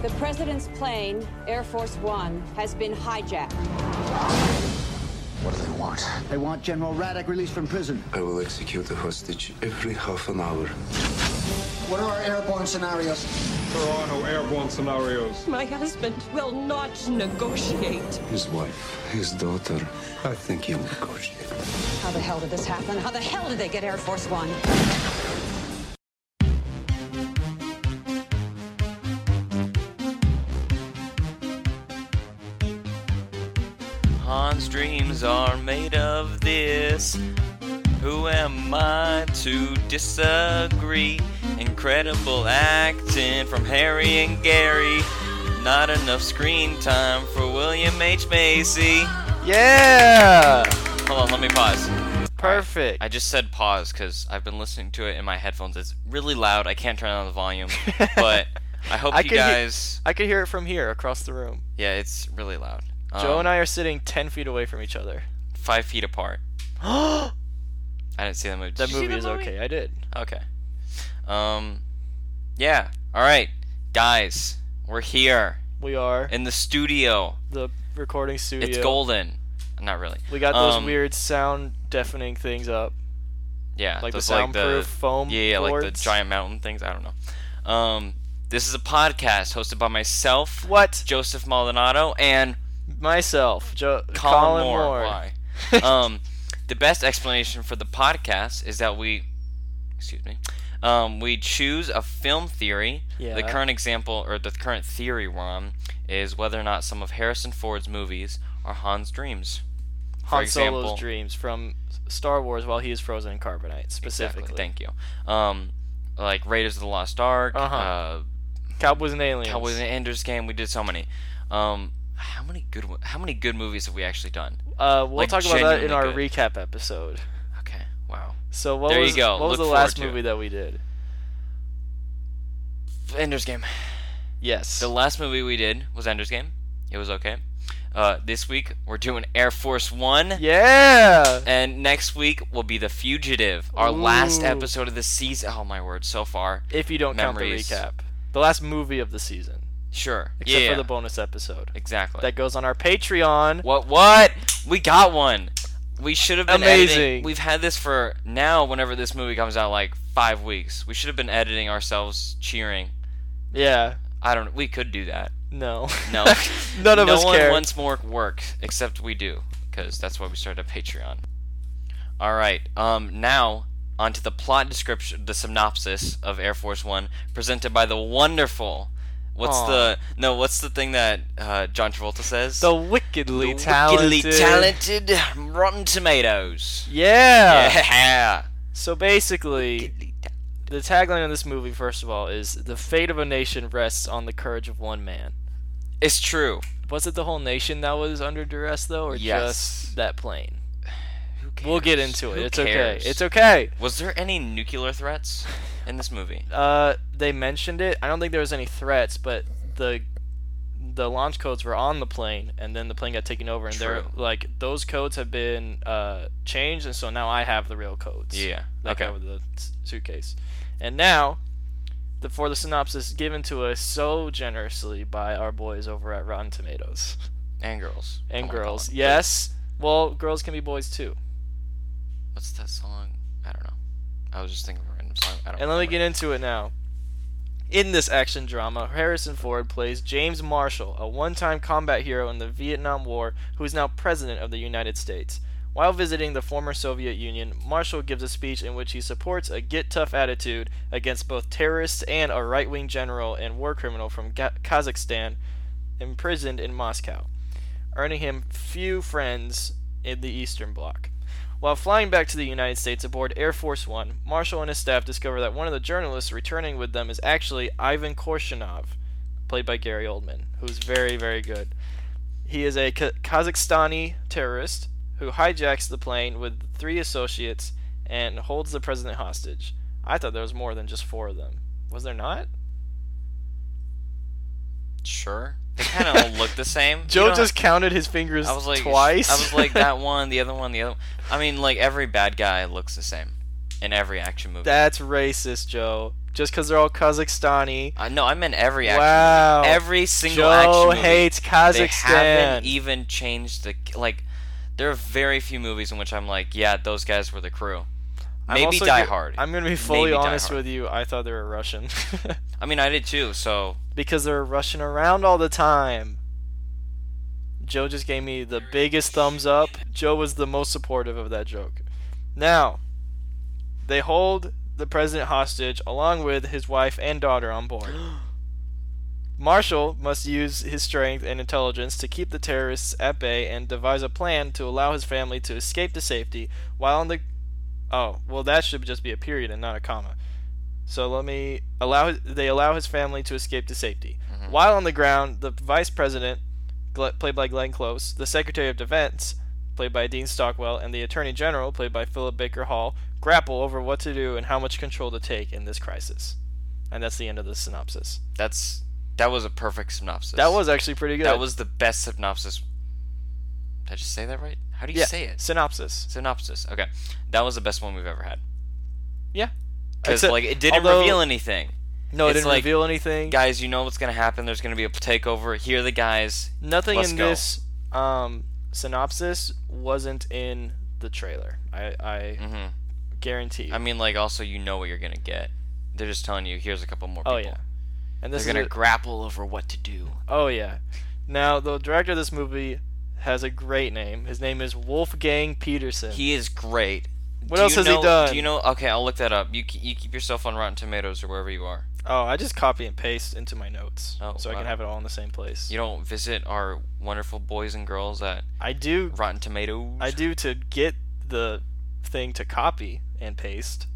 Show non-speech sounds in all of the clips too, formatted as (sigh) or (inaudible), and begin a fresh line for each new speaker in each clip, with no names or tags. The president's plane, Air Force One, has been hijacked.
What do they want?
They want General Radek released from prison.
I will execute a hostage every half an hour.
What are our airborne scenarios?
There are no airborne scenarios.
My husband will not negotiate.
His wife, his daughter. I think he'll negotiate.
How the hell did this happen? How the hell did they get Air Force One?
Hans' dreams are made of this. Who am I to disagree? Incredible acting from Harry and Gary. Not enough screen time for William H. Macy.
Yeah!
Hold on, let me pause.
Perfect.
I just said pause because I've been listening to it in my headphones. It's really loud. I can't turn down the
(laughs)
volume. but I hope
I
you
can hear-
guys.
I could hear it from here across the room.
Yeah, it's really loud.
Joe
Um,
and I are sitting 10 feet away from each other.
Five feet
(gasps)
apart.
that
I didn't see that movie. Did you see
movie
that
is
movie?
okay. I did.
Okay. Um. Yeah. All right, guys. We're here
We are in
in the studio.
the recording studio.
It's golden. Not really.
We got those
Um,
weird sound deafening things up.
Yeah.
like the
those,
soundproof foam
Yeah, yeah like the
boards.
giant mountain things. I don't know. Um. This is a podcast hosted by myself,
What?
Joseph Maldonado, and
Myself, Joe,
Colin, Moore.
Moore. (laughs)
Why? um, the best explanation for the podcast is that we, excuse me, um, we choose a film theory.
Yeah.
The current example or the current theory we're on is whether or not some of Harrison Ford's movies are Han's dreams. For
Han
example-
Solo's dreams from Star Wars while he is frozen in carbonite, specifically.
Exactly. Thank you. Um, like Raiders of the Lost Ark.
Uh-huh.
Uh,
Cowboys and Aliens.
Cowboys and Ender's Game. We did so many. Um, how many good one- how many good movies have we actually done?
Uh, we'll
like,
talk about that in our
genuinely
recap episode.
Okay. Wow.
So what
There you
was
go.
what was
Look
the last
forward to
movie that we did?
Ender's Game.
Yes.
The last movie we did was Ender's Game. It was okay. Uh, this week we're doing Air Force One,
yeah.
and next week will be The Fugitive, our last
Ooh.
episode of the season. Oh my word! So far,
If you don't
Memories.
count the recap, the last movie of the season,
sure.
except
yeah,
for the bonus episode
exactly.
that goes on our Patreon.
what? What? We got one. We should have been editing-
Amazing.
We've had this for now. Whenever this movie comes out, like five weeks, we should have been editing ourselves cheering.
Yeah.
I don't. We could do that.
No.
No.
(laughs) None of
no
us
one
care.
wants more work, except we do, because that's why we started a Patreon. All right. Um. Now onto the plot description, the synopsis of Air Force One, presented by the wonderful. What's
Aw.
the no? What's the thing that uh, John Travolta says?
The wickedly talented.
wickedly talented Rotten Tomatoes.
Yeah.
yeah.
So basically,
Wickedly ta-
the tagline of this movie, first of all, is the fate of a nation rests on the courage of one man.
It's true.
Was it the whole nation that was under duress though, or
Yes.
just that plane?
Who
We'll get
cares?
into it.
Who
it's
cares?
okay. It's okay.
Was there any nuclear threats in this movie?
(sighs) Uh, they mentioned it. I don't think there was any threats, but the the launch codes were on the plane, and then the plane got taken over, and they're
True.
like those codes have been uh changed, and so now I have the real codes.
Yeah.
Like
Okay.
okay. with the s- suitcase, and now. The, for the synopsis given to us so generously by our boys over at Rotten Tomatoes
And girls. Oh
and
Come on,
girls,
Colin.
yes. Well, girls can be boys too.
What's that song? I don't know. I was just thinking of a random song. I don't
And let me
remember.
get into it now. In this action drama, Harrison Ford plays James Marshall, a one time combat hero in the Vietnam War who is now President of the United States. While visiting the former Soviet Union, Marshall gives a speech in which he supports a get tough attitude against both terrorists and a right wing general and war criminal from Ga- Kazakhstan imprisoned in Moscow, earning him few friends in the Eastern Bloc. While flying back to the United States aboard Air Force One, Marshall and his staff discover that one of the journalists returning with them is actually Ivan Korshinov, played by Gary Oldman, who's very, very good. He is a Ka- Kazakhstani terrorist who hijacks the plane with three associates and holds the president hostage. I thought there was more than just four of them. Was there not?
Sure. They kind of all look the same.
Joe
You know,
just counted his fingers
I was like
twice.
I was like
(laughs)
that one, the other one, the other. One. I mean, like every bad guy looks the same in every action movie.
That's racist, Joe. just because they're all Kazakhstani.
I know. Uh, I meant every action.
Wow.
Every single
Joe
action movie.
hates Kazakhstan.
They haven't even changed the like. There are very few movies in which I'm like, yeah, those guys were the crew.
I'm
Maybe
also
Die
go-
Hard.
I'm gonna be
Maybe
fully
Die
honest
Hard.
with you. I thought they were Russian (laughs)
I mean, I did too. So
because they were rushing around all the time. Joe just gave me the biggest thumbs up. Joe was the most supportive of that joke. Now, they hold the president hostage along with his wife and daughter on board. Marshall must use his strength and intelligence to keep the terrorists at bay and devise a plan to allow his family to escape to safety while on the. Oh, well, that should just be a period and not a comma. So let me allow. They allow his family to escape to safety.
Mm-hmm.
While on the ground, the vice president, Gle- played by Glenn Close, the secretary of defense, played by Dean Stockwell, and the attorney general, played by Philip Baker Hall, grapple over what to do and how much control to take in this crisis. And that's the end of the synopsis.
that's that was a perfect synopsis.
That was actually pretty good.
that was the best synopsis. Did I just say that right? How do you
yeah.
say it?
synopsis.
Synopsis. Okay, that was the best one we've ever had.
Yeah.
Because
Except-
like it didn't
although-
reveal anything.
No, it
It's
didn't
like-
reveal anything.
Guys, you know what's gonna happen. There's gonna be a takeover. Here are the guys.
Nothing
Let's
in
go.
this um, synopsis wasn't in the trailer. I, I guarantee. you.
Mm-hmm. I mean, like also you know what you're gonna get. They're just telling you. Here's a couple more people.
oh yeah. And this
They're gonna
is a-
grapple over what to do.
oh yeah. Now the director of this movie has a great name. His name is Wolfgang Peterson.
He is great.
What
Do
else
you
has he
know-
done?
Do you know? Okay, I'll look that up. You ke- you keep yourself on Rotten Tomatoes or wherever you are.
oh, I just copy and paste into my notes
Oh,
so I can
wow.
have it all in the same place.
You don't visit our wonderful boys and girls at
I do.
Rotten Tomatoes.
I do to get the thing to copy and paste,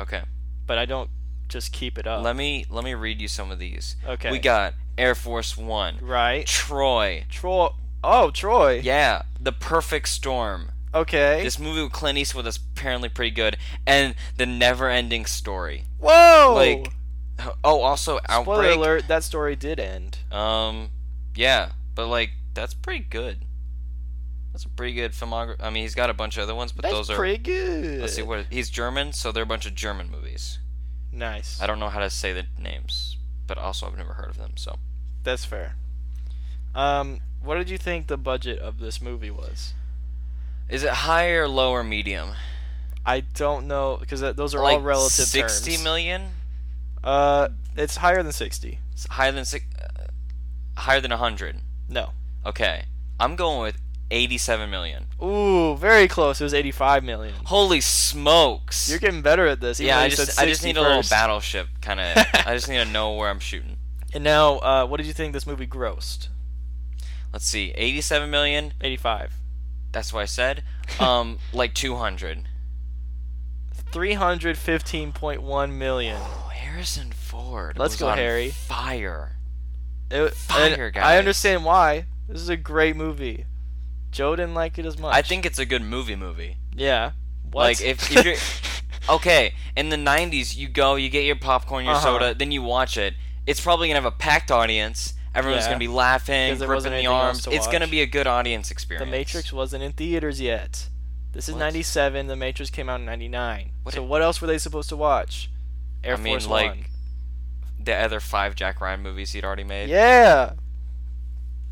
Okay.
but I don't just keep it up.
Let me let me read you some of these.
Okay.
We got Air Force One.
right.
Troy.
Troy. Oh, Troy.
Yeah. The Perfect Storm.
Okay.
This movie with Clint Eastwood is apparently pretty good, and the never-ending story.
Whoa.
Like, oh, also
Spoiler
Outbreak.
alert, that story did end.
Um, yeah, but like that's pretty good. That's a pretty good filmography. I mean, he's got a bunch of other ones, but
That's
those are.
pretty good.
Let's see what he's German, so they're a bunch of German movies.
Nice.
I don't know how to say the names, but also I've never heard of them. So
That's fair. Um, what did you think the budget of this movie was?
is it high or low or medium?
I don't know because those are
like
all relative
Sixty
terms.
million.
Uh, it's higher than sixty.
It's higher than six. Uh, higher than hundred.
No.
Okay, I'm going with eighty-seven million.
Ooh, very close. It was eighty-five million.
Holy smokes!
You're getting better at this. even
yeah,
though
I
you said
just I just
60
need a little
first.
battleship kind of. I just need to know where I'm shooting.
And now, uh, what did you think this movie grossed?
let's see 87 million
Eighty-five.
that's what i
(laughs)
said um like 200
Three hundred fifteen point one million.
oh harrison ford
Let's
was
go,
on
Harry.
fire
It,
Fire,
and I
guys.
understand why. This is a great movie. Joe didn't like it as much.
i think it's a good movie movie
Yeah. What?
like
(laughs)
if, if you're okay in the 90s you go you get your popcorn your
Uh-huh.
soda then you watch it it's probably gonna have a packed audience everyone's
Yeah.
gonna be laughing
'Cause there
gripping
wasn't
the
anything else
arms
to
it's gonna
watch.
be a good audience
The
experience
Matrix wasn't in theaters yet. This is
What?
97. The Matrix came out in 99.
What
so
did-
what else were they supposed to watch? Air
I mean,
Force
like,
One.
the other five jack ryan movies he'd already made
Yeah.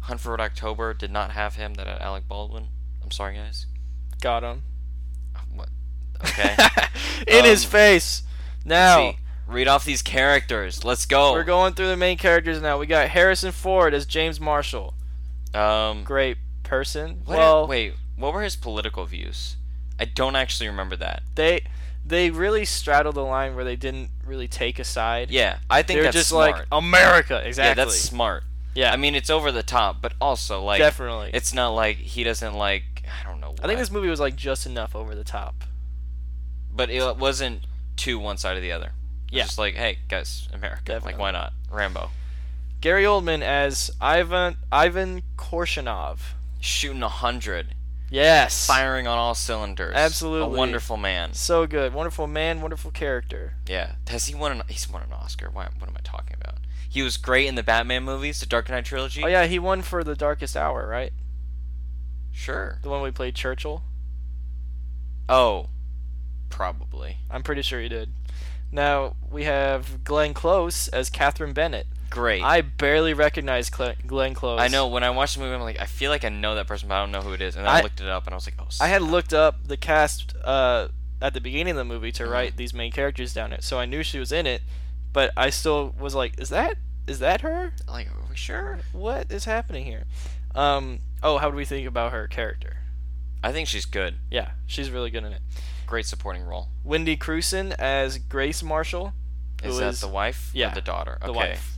hunt for Red october did not have him that had alec baldwin i'm sorry guys Uh,
Got him.
what okay
(laughs) In his
Um,
face. Now,
See, Oh. read off these characters. Let's go.
we're going through the main characters now. We got Harrison Ford as James Marshall.
Um.
Great person.
What
well,
wait. What were his political views? I don't actually remember that.
they they really straddled the line where they didn't really take a side.
Yeah, I think
They're
that's
just
smart.
like America.
yeah,
Exactly.
that's smart.
Yeah.
I mean, it's over the top, but also like
Definitely.
it's not like he doesn't like. I don't know. What,
I think this movie was like just enough over the top.
but it wasn't too one side or the other. It's
Yeah.
just like, hey guys, America. Like,
Definitely.
why not Rambo
Gary Oldman as Ivan Ivan Korshinov.
shooting a hundred,
Yes.
firing on all cylinders?
Absolutely.
a wonderful man.
So good. Wonderful man, wonderful character.
Yeah. Has he won an? He's won an Oscar. Why, what am I talking about? He was great in the Batman movies, the Dark Knight trilogy.
Oh yeah, he won for The Darkest Hour, right?
Sure.
The one we played Churchill.
Oh, probably.
I'm pretty sure he did. Now we have Glenn Close as Catherine Bennett.
Great.
I barely recognize Cle- Glenn Close.
I know when I watched the movie, I'm like, I feel like I know that person, but I don't know who it is. And then I,
I-
looked it up, and I was like, oh,
I had looked up the cast uh, at the beginning of the movie to write these main characters down it, so I knew she was in it, but I still was like, is that is that her?
like, are we sure?
What is happening here? Um, oh, how do we think about her character?
I think she's good.
Yeah, she's really good in it.
Great supporting role.
Wendy Crewson as Grace Marshall. who
Is that the wife
yeah,
or the daughter?
the
okay.
wife.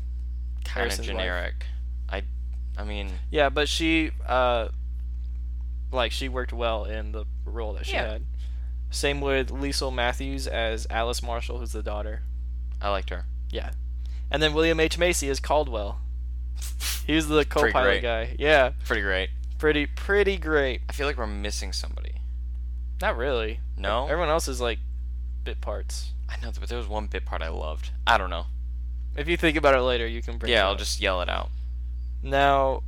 Kind of
Harrison's wife.
generic. I, I mean,
Yeah, but she, uh, like, she worked well in the role that she
Yeah.
had. Same with Liesel Matthews as Alice Marshall, who's the daughter.
I liked her.
Yeah. And then William H. Macy is Caldwell. He was the co
Pretty
pilot
great.
guy. Yeah.
Pretty great.
Pretty pretty great.
I feel like we're missing somebody.
Not really.
No?
Everyone else is like bit parts.
I know, but there was one bit part I loved. I don't know.
If you think about it later you can bring it
Yeah, I'll
up.
just yell it out.
now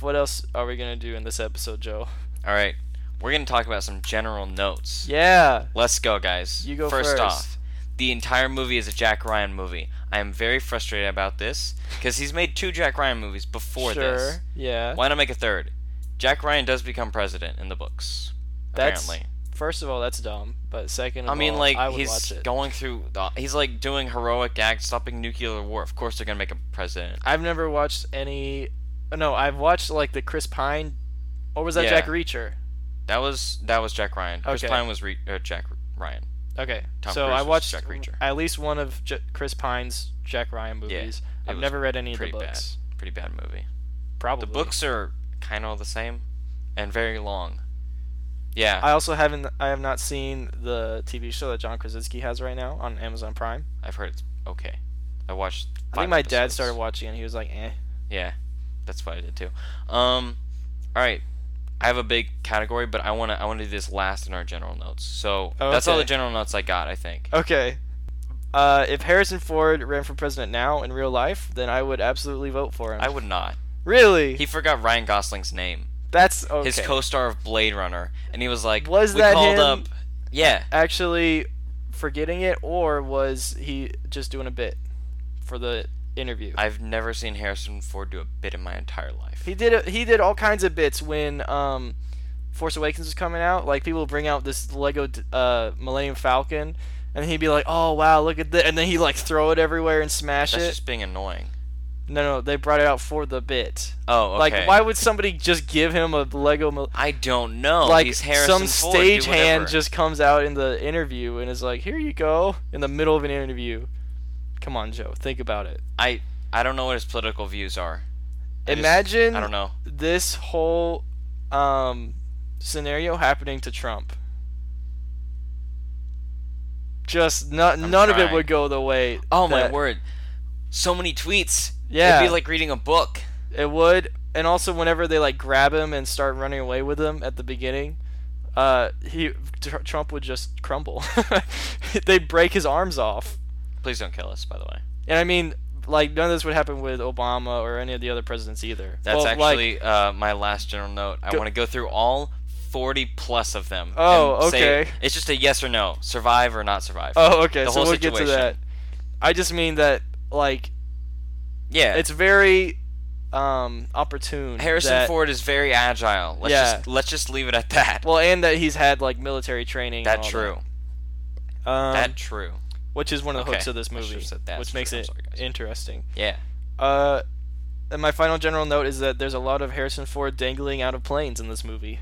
what else are we gonna do in this
(laughs)
episode, Joe?
All right. We're going to talk about some general notes.
Yeah.
Let's go, guys.
You go
first.
first.
off, the entire movie is a Jack Ryan movie. I am very frustrated about this because he's made two Jack Ryan movies before
sure.
this.
Yeah.
Why not make a third? Jack Ryan does become president in the books.
that's
apparently.
first of all, that's dumb. But second of
I mean,
all,
like
I would watch
he's
it.
going through. The, he's like doing heroic acts, stopping nuclear war. Of course, they're gonna make him president.
I've never watched any no, I've watched like the Chris Pine or was that
Yeah.
Jack Reacher?
That was that was Jack Ryan. Chris
Okay.
Pine was re- uh, Jack Ryan.
Okay,
Tom
so
Cruise
I
was
watched
Jack Reacher.
at least one of J- Chris Pine's Jack Ryan
Yeah,
movies.
it
I've
was
never read any of the
pretty
books.
Bad. Pretty bad movie.
Probably
The books are kind of all the same, and very long. Yeah,
I also haven't. I have not seen the TV show that John Krasinski has right now on Amazon Prime.
I've heard it's okay. I watched.
I
five
think my dad
episodes.
started watching and he was like, "Eh."
Yeah, that's what I did too. Um, all right. I have a big category, but I wanna I wanna do this last in our general notes. So that's all
Okay. Oh.
the general notes I got. I think.
Okay. Uh, if Harrison Ford ran for president now in real life, then I would absolutely vote for him.
I would not.
really?
He forgot Ryan Gosling's name,
That's okay.
his co-star of Blade Runner, and he was like,
Was
"We
that
called
him?
up." Yeah,
actually forgetting it, or was he just doing a bit for the interview?
I've never seen Harrison Ford do a bit in my entire life.
He did he did all kinds of bits when um, Force Awakens was coming out. Like people would bring out this Lego uh, Millennium Falcon, and he'd be like, "Oh wow, look at that!" And then he like throw it everywhere and smash
That's
it.
just being annoying.
No, no, they brought it out for the bit.
Oh, okay.
Like why would somebody just give him a Lego? Mil-
I don't know.
like
Oh, He's Harrison
some
Ford, do whatever.
stagehand just comes out in the interview and is like, "Here you go," in the middle of an interview. Come on, Joe, think about it.
I I don't know what his political views are. I just-
Imagine
I don't know.
this whole um, scenario happening to Trump. Just not, none of it
trying.
would go the way.
Oh my
that-
word. So many tweets.
Yeah.
It'd be like reading a book.
It would, and also whenever they like grab him and start running away with him at the beginning, uh, he tr- Trump would just crumble. (laughs) they break his arms off,
Please don't kill us, by the way.
and I mean, like none of this would happen with Obama or any of the other presidents either.
That's
Well, like-
actually uh, my last general note. I
Go-
want to go through all 40 plus of them.
Oh,
and say-
okay.
it's just a yes or no. Survive or not survive.
oh, okay,
The
so
whole
we'll get to
situation.
that. I just mean that like
Yeah.
it's very um opportune.
Harrison
that-
Ford is very agile. Let's
Yeah.
just let's just leave it at that.
Well, and that he's had like military training. and
That's
all
true.
That, um,
That true.
which is one of the
okay,
hooks of this
I should've
movie,
said that's
which makes
true, I'm
it
sorry, guys.
interesting.
Yeah.
Uh, and my final general note is that there's a lot of Harrison Ford dangling out of planes in this movie.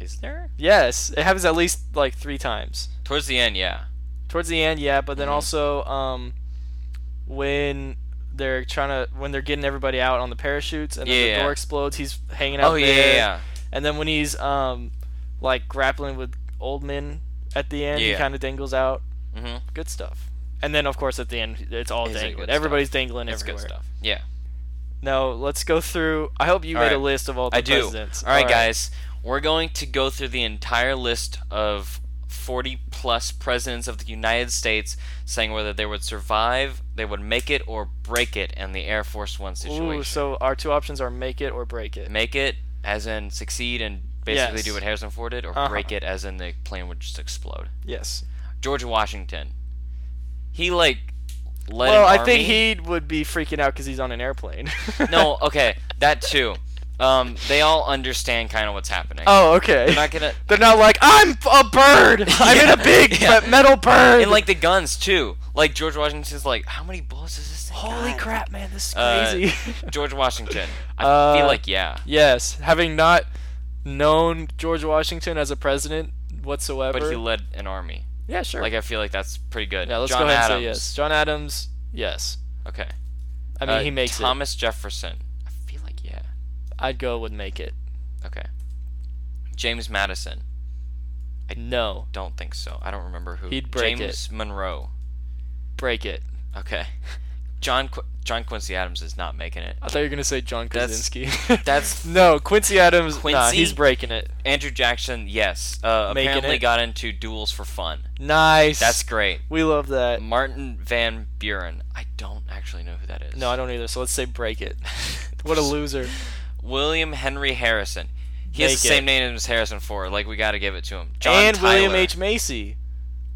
Is there?
Yes, it happens at least like three times.
Towards the end, yeah.
Towards the end, yeah, but then
Mm-hmm.
also um, when they're trying to when they're getting everybody out on the parachutes and then
Yeah.
the door explodes, he's hanging out
Oh yeah,
there.
yeah, yeah.
And then when he's um, like grappling with Oldman at the end, he
Yeah.
kind of dangles out.
Mhm.
Good stuff. And then of course at the end, it's all
Is it good
dangling.
stuff?
Everybody's dangling
It's
everywhere.
good stuff. Yeah.
No, let's go through. I hope you
All
made a
right.
list of all the
I do.
presidents.
All right, guys, we're going to go through the entire list of 40 plus presidents of the United States, saying whether they would survive, they would make it, or break it in the Air Force One situation.
Ooh, so our two options are make it or break it.
make it, as in succeed and basically
Yes.
do what Harrison Ford did, or
Uh-huh.
break it, as in the plane would just explode.
Yes.
George Washington. He like led
well,
an
I think
army.
he would be freaking out because he's on an airplane. (laughs)
No, okay, that too. Um, they all understand kind of what's happening.
Oh, okay.
They're not gonna-
They're not like I'm a
(laughs)
bird. I'm in a big
yeah.
but metal bird. (laughs)
and like the guns too. Like George Washington's like, how many bullets is this? Thing
holy
got?"
crap, man, this is
Uh,
crazy.
(laughs) George Washington. I
Uh,
feel like yeah.
yes, having not known George Washington as a president whatsoever.
But he led an army.
yeah, sure.
Like I feel like that's pretty good.
yeah, let's
John
go ahead
Adams.
and say yes. John Adams, yes.
Okay.
I mean,
Uh,
he makes it.
Thomas Jefferson. I feel like yeah.
I'd go with make it.
Okay. James Madison.
No,
Don't think so. I don't remember who.
He'd break it.
James Monroe.
break it.
Okay. John Qu- John Quincy Adams is not making it.
I thought you were gonna say John
That's-
Krasinski.
that's-
(laughs) no Quincy Adams. Nah,
Quincy?
he's breaking it.
Andrew Jackson, yes, uh,
Making
apparently
it.
got into duels for fun.
Nice.
That's great.
we love that.
Martin Van Buren. I don't actually know who that is.
No, I don't either. So let's say break it. (laughs) What
(laughs)
a loser.
William Henry Harrison. He has
Make
the same
it.
name as Harrison Ford. Like we got to give it to him. John
and William
Tyler.
H. Macy.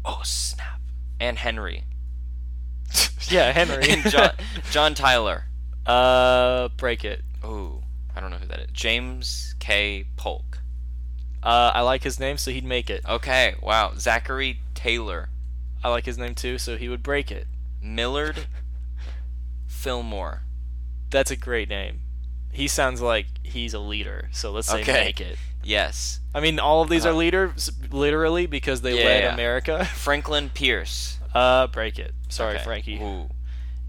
Oh snap. And Henry. (laughs)
Yeah, Henry.
And John John Tyler.
(laughs) uh, break it.
Ooh, I don't know who that is. James K. Polk.
Uh, I like his name, so he'd make it.
Okay, wow. Zachary Taylor.
I like his name too, so he would break it.
Millard Fillmore.
That's a great name. He sounds like he's a leader, so let's say
Okay.
make it.
Yes.
I mean, all of these are leaders, literally, because they
Yeah,
led
yeah.
America. (laughs)
Franklin Pierce.
Uh, break it. Sorry,
Okay.
Frankie.
Ooh.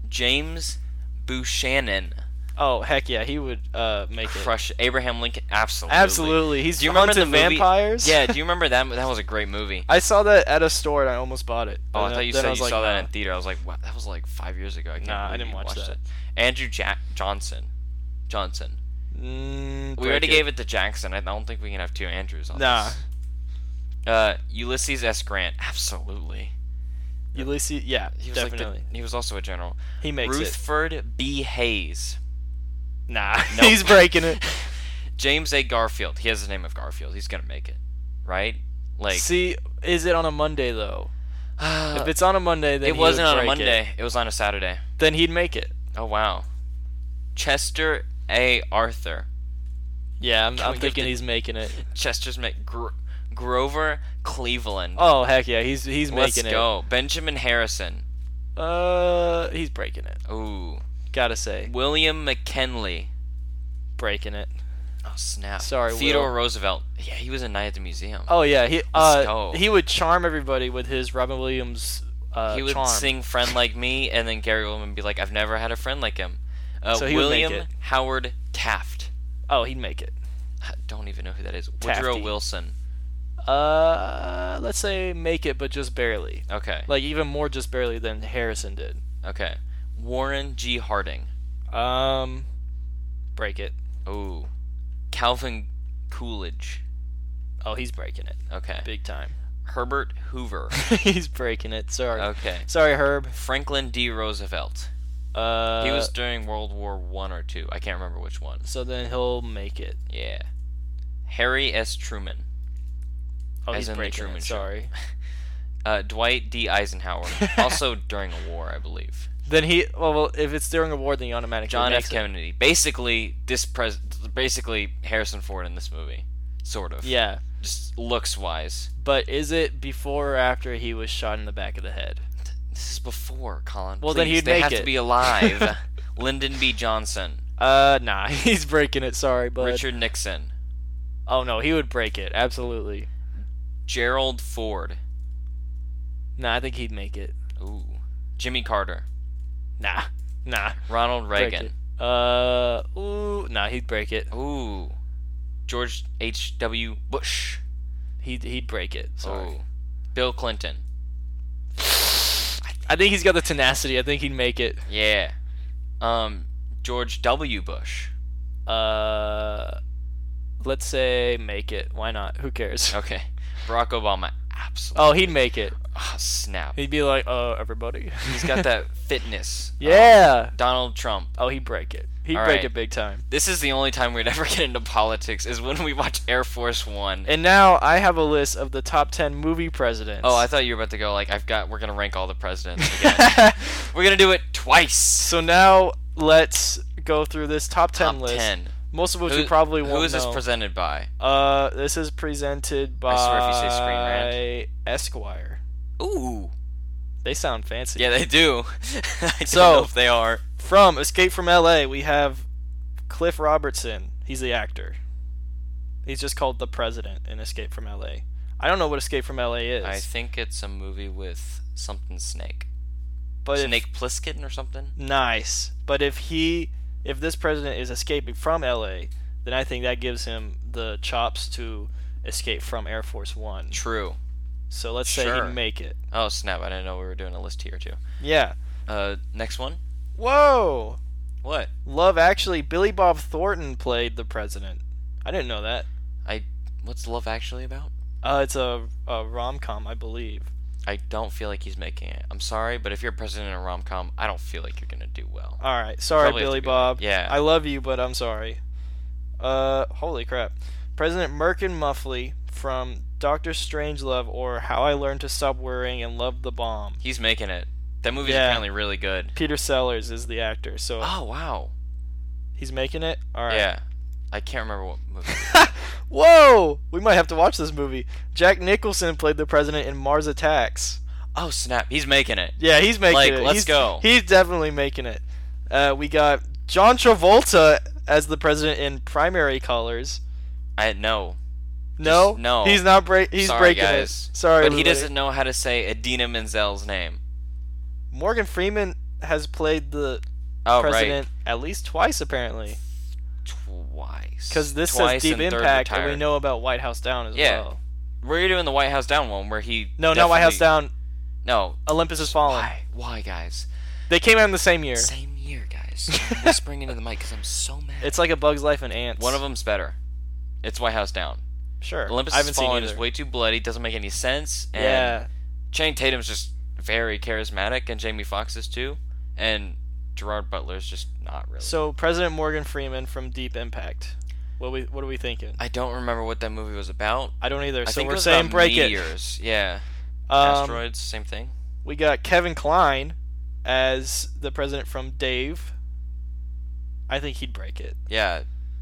James Buchanan.
Oh, heck yeah, he would uh make it.
Crush Abraham Lincoln. Absolutely.
Absolutely. He's
Do you remember the
hunting
movie?
vampires.
Yeah.
(laughs)
Do you remember that? That was a great movie.
I saw that at a store and I almost bought it.
Oh, I
And
thought you
then
said
I
you
was like,
saw that
"Nah."
in theater. I was like, wow, that was like five years ago. I can't
Nah, I
believe
didn't
you
watch
watched
that.
it. Andrew Jack Johnson. Johnson.
Mm,
We already gave it to Jackson. I don't think we can have two Andrews on
Nah.
this. Uh, Ulysses S. Grant. Absolutely.
Ulysses. Yeah,
He was
definitely.
like the, he was also a general.
he makes it.
Rutherford B. Hayes.
Nah, (laughs)
Nope.
he's breaking it.
James A. Garfield. He has the name of Garfield. He's gonna make it, right? (laughs) Like
See, is it on a
(sighs)
Monday though? if it's on a Monday, then
it
he
wasn't
would
on a
break it.
Monday. It. was on a Saturday.
Then he'd make it.
Oh wow. Chester A. Arthur.
Yeah, I'm, I'm
we give
thinking
the- (laughs)
he's making it.
Chester's make Gro- Grover Cleveland.
Oh heck yeah, he's he's
Let's
making
go. Benjamin Harrison.
it. Uh, he's breaking it.
Ooh.
Gotta say,
William McKinley.
breaking it.
Oh snap.
Sorry,
Theodore
Will.
Roosevelt. Yeah, he was a knight at the museum.
Oh yeah, he uh
go.
he would charm everybody with his Robin Williams uh
he would
charm.
sing "Friend Like Me," and then Gary Oldman would be like, "I've never had a friend like him." Uh,
So he would make
William
it.
Howard Taft.
Oh, he'd make it.
I don't even know who that is. Woodrow
Tafty.
Wilson.
Uh, let's say make it, but just barely.
Okay.
Like even more just barely than Harrison did.
okay. Warren G. Harding.
Um, break it.
Ooh. Calvin Coolidge.
Oh, he's breaking it.
Okay.
Big time. (laughs)
Herbert Hoover.
he's breaking it. Sorry.
Okay.
Sorry, Herb.
Franklin D. Roosevelt.
Uh,
He was during World War One or two. I can't remember which one.
So then he'll make it.
Yeah. Harry S. Truman.
Oh,
As
he's
in the
breaking
Truman
it.
Show. (laughs)
Sorry.
Uh, Dwight D. Eisenhower.
(laughs)
also during a war, I believe.
then he. Well, well, if it's during a war, then he automatically
John
makes
F.
it.
Kennedy. Basically, this pres- basically Harrison Ford in this movie, sort of.
Yeah,
Just looks wise.
but is it before or after he was shot in the back of the head?
This is before Colin.
Well, then
Please,
he'd
they
make
have
it.
to be alive.
(laughs)
Lyndon B. Johnson,
Uh, nah, (laughs) he's breaking it. Sorry, but
Richard Nixon,
Oh no, he would break it. Absolutely.
Gerald Ford.
Nah, I think he'd make it.
Ooh. Jimmy Carter,
Nah, nah.
Ronald
Break
Reagan.
it. Uh, ooh, nah, he'd break it.
Ooh. George H. W. Bush.
He'd he'd break it. Sorry.
Ooh. Bill Clinton.
I think he's got the tenacity. I think he'd make it.
Yeah. Um. George W. Bush.
Uh, let's say make it. Why not? Who cares?
Okay. Barack Obama. absolutely.
(laughs) Oh, he'd make it.
Ah, snap.
He'd be like, "Uh, everybody." (laughs)
He's got that fitness. of
yeah.
Donald Trump.
Oh, he'd break it. He'd
All
break
right.
it big time.
This is the only time we'd ever get into politics is when we watch Air Force One.
And now I have a list of the top ten movie presidents.
oh, I thought you were about to go like I've got. We're gonna rank all the (laughs) presidents again. we're gonna do it twice.
So now let's go through this top ten
Top
list.
10.
Most of which
Who-
you probably won't
Who is this
know.
presented by?
Uh, this is presented by
I swear if you say Screen Rant.
Esquire.
Uh, Ooh.
They sound fancy.
Yeah, they do. (laughs) I don't
So-
know if they are.
From Escape from L.A., we have Cliff Robertson. He's the actor. He's just called the president in Escape from L.A. I don't know what Escape from L.A. is,
I think it's a movie with something snake.
but if-
snake Plissken or something.
nice. But if he, if this president is escaping from L.A., then I think that gives him the chops to escape from Air Force One.
True.
So let's say
Sure.
he'd make it.
Oh snap! I didn't know we were doing a list here too.
Yeah.
Uh, next one.
Whoa.
What?
Love Actually, Billy Bob Thornton played the president. I didn't know that.
I. What's Love Actually about?
Uh, it's a, a rom com, I believe.
I don't feel like he's making it. I'm sorry, but if you're a president in a rom com, I don't feel like you're gonna do well.
All right, sorry,
Probably has
Billy
to be-
Bob.
yeah.
I love you, but I'm sorry. Uh, holy crap! President Merkin Muffley from Doctor Strangelove or How I Learned to Stop Worrying and Love the Bomb.
He's making it. That movie's
Yeah.
apparently really good.
Peter Sellers is the actor, so
(gasps) Oh wow.
he's making it. All right.
Yeah. I can't remember what movie.
(laughs) Whoa! We might have to watch this movie. Jack Nicholson played the president in Mars Attacks.
oh snap! He's making it.
Yeah, he's making
Like,
it.
let's
he's,
go.
He's definitely making it. Uh, we got John Travolta as the president in primary colors.
I know.
No,
Just- no.
he's not break. He's
Sorry,
breaking
guys.
it. Sorry,
but he
everybody.
doesn't know how to say Adina Menzel's name.
Morgan Freeman has played the
Oh
president at least twice, apparently,
right. Twice.
because this
Twice
says Deep
and third
Impact, and we
retired.
know about White House Down as
Yeah.
well.
We're doing the White House Down one where he.
No, not White House
definitely-
Down.
No.
Olympus Has Fallen.
Why? Why, guys?
They came out in the same year.
Same year,
(laughs)
guys. I'm whispering into the mic because I'm so mad.
It's like a Bug's Life and Ants.
one of them's better. It's White House Down.
Sure.
Olympus
I
Has
haven't seen
Fallen is
either.
way too bloody. Doesn't make any sense. And
Yeah.
Channing Tatum's just very charismatic, and Jamie Foxx is too, and Gerard Butler's just not really.
So President Morgan Freeman from Deep Impact. What we what are we thinking?
I don't remember what that movie was about.
I don't either.
I
so
think it
we're
was
saying
about
break it.
meteors. Yeah.
Um,
Asteroids, same thing.
We got Kevin Klein as the president from Dave. I think he'd break it.
Yeah.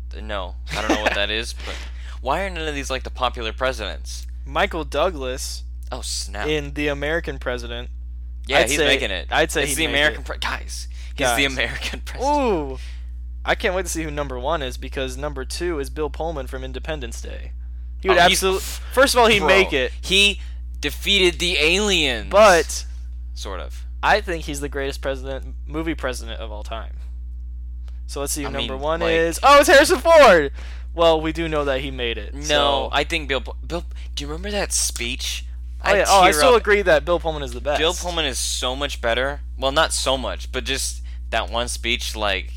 th- No, I don't know what that is, but (laughs) why are none of these like the popular presidents?
Michael Douglas
Oh snap!
in The American President.
yeah,
I'd
he's
say-
making it.
I'd say
it's the
he'd make
American
it.
pre- guys. He's the
Guys.
American (laughs) president.
Ooh. I can't wait to see who number one is because number two is Bill Pullman from Independence Day. He would
Oh, he's-
absolutely. First of all, he'd
Bro,
make it,
He defeated the aliens.
but
sort of.
I think he's the greatest president, movie president of all time. So let's see who
I
number
mean,
one
like-
is. Oh, it's Harrison Ford. Well, we do know that he made it.
No,
so-
I think Bill. Pu- Bill, do you remember that speech?
Oh, yeah. oh, I
tear
still
up.
agree that Bill Pullman is the best.
Bill Pullman is so much better. Well, not so much, but just that one speech, like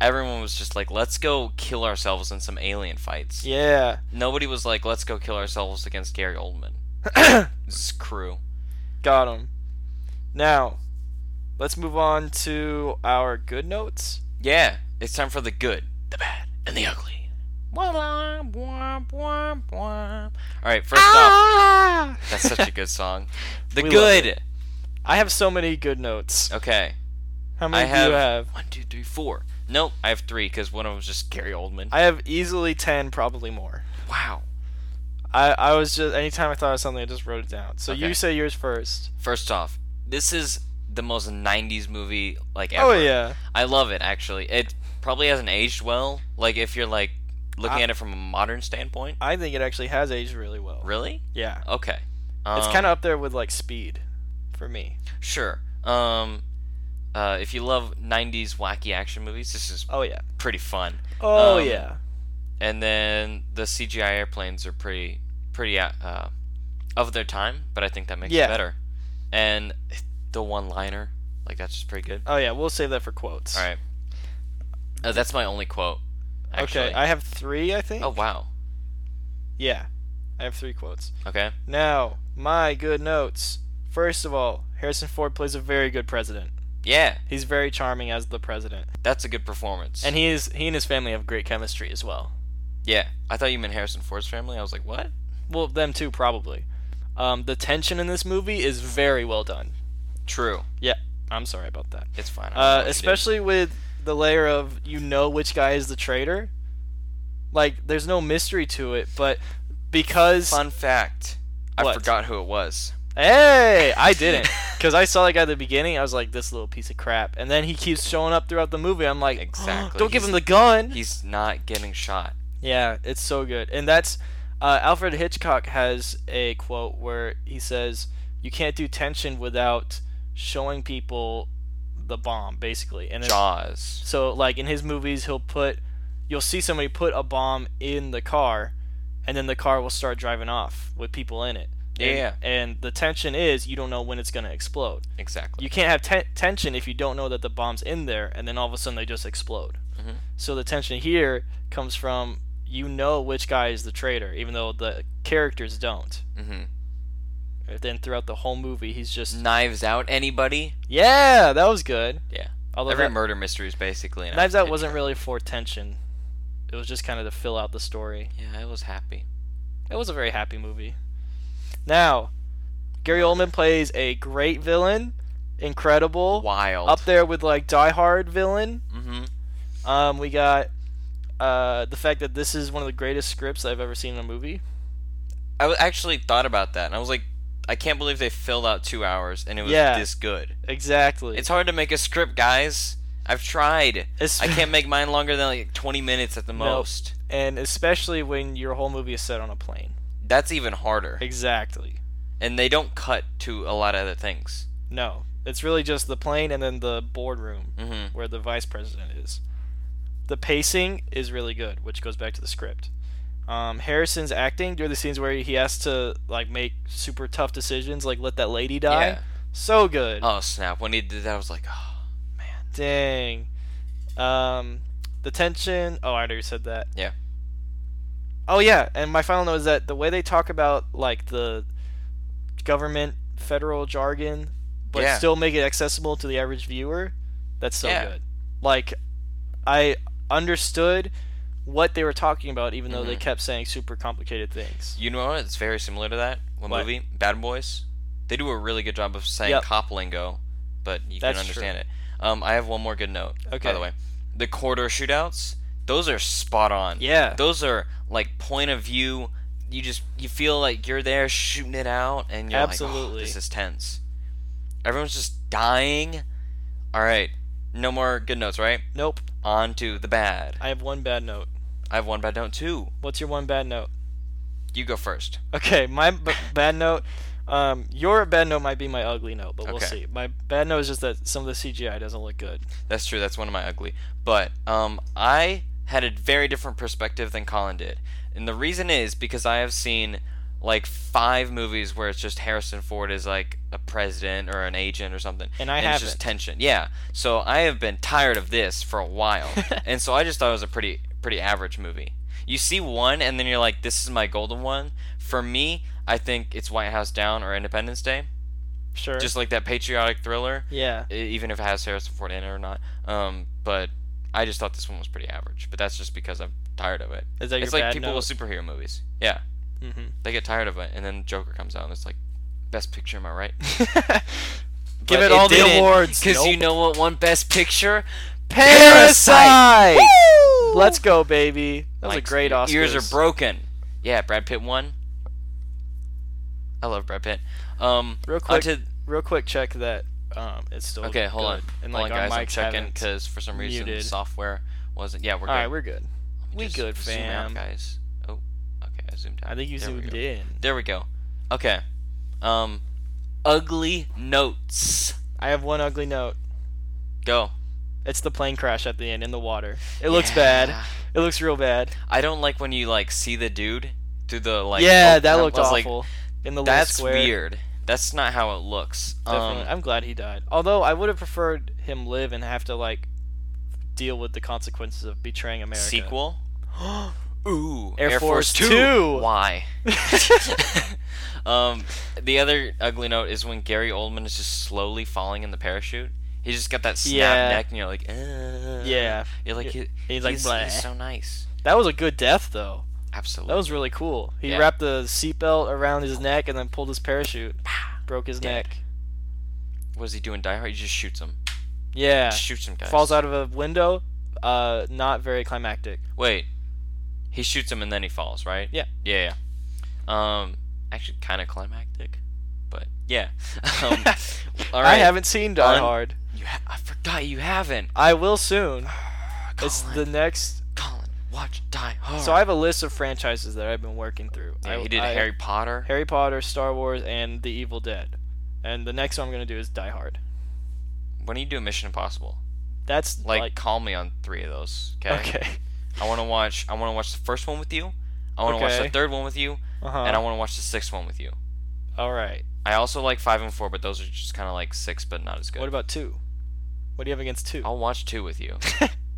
everyone was just like, "Let's go kill ourselves in some alien fights."
Yeah.
Nobody was like, "Let's go kill ourselves against Gary
(coughs)
Oldman." this crew.
Got him. Now, let's move on to our good notes.
Yeah, it's time for the good, the bad, and the ugly. All right, first off, that's such a good
(laughs)
song. The
Ah! We love
good.
I have so many good notes.
Okay,
How
I
many do
have,
you have?
one, two, three, four. Nope, I have three because one of them's just Gary Oldman.
I have easily 10, probably more.
wow.
I, I was just, anytime I thought of something, I just wrote it down. So
Okay.
you say yours first.
First off, this is the most '90s movie like ever.
Oh, yeah.
I love it actually. It probably hasn't aged well. Like if you're like looking at it from a modern standpoint.
I think it actually has aged really well.
really?
Yeah.
Okay.
it's
Um,
kind of up there with, like, speed for me.
Sure. Um, uh, if you love '90s wacky action movies, this is
Oh, yeah.
pretty fun.
Oh,
Um,
yeah.
And then the CGI airplanes are pretty, pretty uh, uh, of their time, but I think that makes
Yeah.
it better. And the one-liner, like that's just pretty good.
Oh, yeah. We'll save that for quotes.
All right. Uh, that's my only quote. Actually.
Okay. I have three, I think.
oh wow.
Yeah. I I have three quotes.
Okay.
Now, my good notes. First of all, Harrison Ford plays a very good president.
Yeah,
He's very charming as the president,
that's a good performance.
and he is he and his family have great chemistry as well.
yeah, I thought you meant Harrison Ford's family. I was like, what?
Well, them too probably. Um, the tension in this movie is very well done.
True.
Yeah, I'm sorry about that.
It's fine. I know
Uh,
what you did.
especially with the layer of you know which guy is the traitor. Like, there's no mystery to it, but because
Fun fact. I
What?
forgot who it was.
Hey,
(laughs)
I didn't. Because I saw that guy at the beginning. I was like, this little piece of crap. And then he keeps showing up throughout the movie. I'm like, "Oh,
Exactly.
(gasps) don't give
He's-
him the gun.
He's not getting shot.
Yeah, it's so good. And that's uh, Alfred Hitchcock has a quote where he says, you can't do tension without showing people the bomb, basically. And it's-
Jaws.
so, like, in his movies, he'll put, you'll see somebody put a bomb in the car, and then the car will start driving off with people in it. And-
Yeah.
and the tension is you don't know when it's going to explode.
Exactly.
You can't have ten- tension if you don't know that the bomb's in there, and then all of a sudden they just explode.
Mm-hmm.
So the tension here comes from you know which guy is the traitor, even though the characters don't. Mm-hmm. Then throughout the whole movie, he's just
Knives Out. Anybody?
yeah, that was good.
Yeah.
Although
Every
that-
murder mystery is basically. An
Knives
(laughs)
Out
Hitchcock.
wasn't really for tension; it was just kind of to fill out the story.
Yeah, I was happy.
It was a very happy movie. Now, Gary Oldman plays a great villain, incredible,
Wild.
up there with like Die Hard villain. Mm-hmm. Um, we got uh, the fact that this is one of the greatest scripts I've ever seen in a movie.
I w- actually thought about that, and I was like, I can't believe they filled out two hours and it was
Yeah.
this good.
Exactly.
It's hard to make a script, guys. I've tried.
It's-
I
(laughs)
can't make mine longer than like 20 minutes at the
Nope.
most.
and especially when your whole movie is set on a plane.
That's even harder.
Exactly.
And they don't cut to a lot of other things.
No, it's really just the plane and then the boardroom
Mm-hmm.
where the vice president is. The pacing is really good, which goes back to the script. Um, Harrison's acting during the scenes where he has to like make super tough decisions, like let that lady die,
Yeah.
so good.
Oh snap! When he did that, I was like, oh
Dang. Um, the tension. Oh, I already said that.
yeah,
Oh yeah, and my final note is that the way they talk about like the government federal jargon, but
Yeah.
still make it accessible to the average viewer, that's so
Yeah.
good. Like, I understood what they were talking about, even
Mm-hmm.
though they kept saying super complicated things.
you know what? It's very similar to that. One
What?
movie, Bad Boys. They do a really good job of saying
Yep.
cop lingo, but you
That's
can
true.
understand it. Um, I have one more good note. By
Okay.
the way, the quarter shootouts. Those are spot on.
Yeah.
Those are like point of view. You just you feel like you're there shooting it out, and you're like, oh,
Absolutely.
this is tense. Everyone's just dying. All right, no more good notes, right?
Nope,
On to the bad.
I have one bad note.
I have one bad note too.
What's your one bad note? (laughs)
You go first.
Okay, my b- bad note. Um, your bad note might be my ugly note, but we'll
Okay.
see. My bad note is just that some of the CGI doesn't look good.
That's true. That's one of my ugly. But um, I had a very different perspective than Colin did, and the reason is because I have seen like five movies where it's just Harrison Ford is like a president or an agent or something,
And I
it's just
haven't.
tension. Yeah. So I have been tired of this for a
(laughs)
while, and so I just thought it was a pretty pretty average movie. You see one, and then you're like, "This is my golden one." For me, I think it's White House Down or Independence Day,
Sure.
just like that patriotic thriller
yeah.
e- even if it has Harrison Ford in it or not. Um, but I just thought this one was pretty average. But that's just because I'm tired of it.
Is that
it's
your
like
bad
people
note?
with superhero movies. Yeah. Mm-hmm. They get tired of it, and then Joker comes out, and it's like, best picture, am I
(laughs)
right?
Give it all the awards.
Because you
Nope.
know what won best picture?
Parasite. Let's go, baby. That was
Like,
a great
your
Oscars.
Ears are broken. Yeah, Brad Pitt won. I love Brad Pitt. Um,
Real quick,
onto-
real quick, check that. Um, it's still
okay, hold on.
good. And
hold
like
on,
our
guys. I'm
mics
checking
haven't-
because for some reason the
muted.
software wasn't. Yeah, we're
All
good.
right, we're good. We
Just
good,
zoom out,
fam.
guys. Oh, okay, I zoomed out.
I think you
There we
zoomed
go.
in.
There we go. Okay. Um, ugly notes.
I have one ugly note.
Go.
It's the plane crash at the end in the water. It looks bad. It looks real bad.
I don't like when you like see the dude through the like.
yeah,
oh,
that
I
looked
was like,
awful. in the little
That's
square.
weird. That's not how it looks. Um,
Definitely. I'm glad he died. Although I would have preferred him (gasps) live and have to like deal with the consequences of betraying America.
sequel. Ooh,
Air Force
Two.
Two. (laughs)
Why? (laughs) um, the other ugly note is when Gary Oldman is just slowly falling in the parachute. He's just got that snap
Yeah.
neck, and you're like, "Ugh."
Yeah.
You're like,
He-
he-
he's like, "Bleh."
he's so nice.
That was a good death, though.
Absolutely.
That was really cool. He
Yeah.
wrapped the seatbelt around his neck and then pulled his parachute. Broke his
Dead.
neck.
What does he do in Die Hard? He just shoots him.
Yeah.
Shoots him, guys.
Falls out of a window. Uh, not very climactic.
Wait, he shoots him and then he falls, right?
Yeah.
Yeah. yeah. Um, actually, kind of climactic, but yeah. (laughs) Um,
(laughs)
all right.
I haven't seen Die
Un-
Hard.
You ha- I forgot you haven't.
I will soon.
Ah,
It's
Colin,
the next.
Colin, watch Die Hard.
So I have a list of franchises that I've been working through.
Yeah,
I,
he did
I-
Harry Potter.
Harry Potter, Star Wars, and The Evil Dead. And the next one I'm gonna do is Die Hard.
when do you do Mission Impossible?
That's
Like,
like,
call me on three of those. Okay.
okay. (laughs)
I want to watch. I want to watch the first one with you. I want to watch
Okay.
the third one with you,
Uh-huh.
and I want to watch the sixth one with you.
All right.
I also like five and four, but those are just kind of like six, but not as good.
What about two? What do you have against two?
I'll watch two with
(laughs)
you.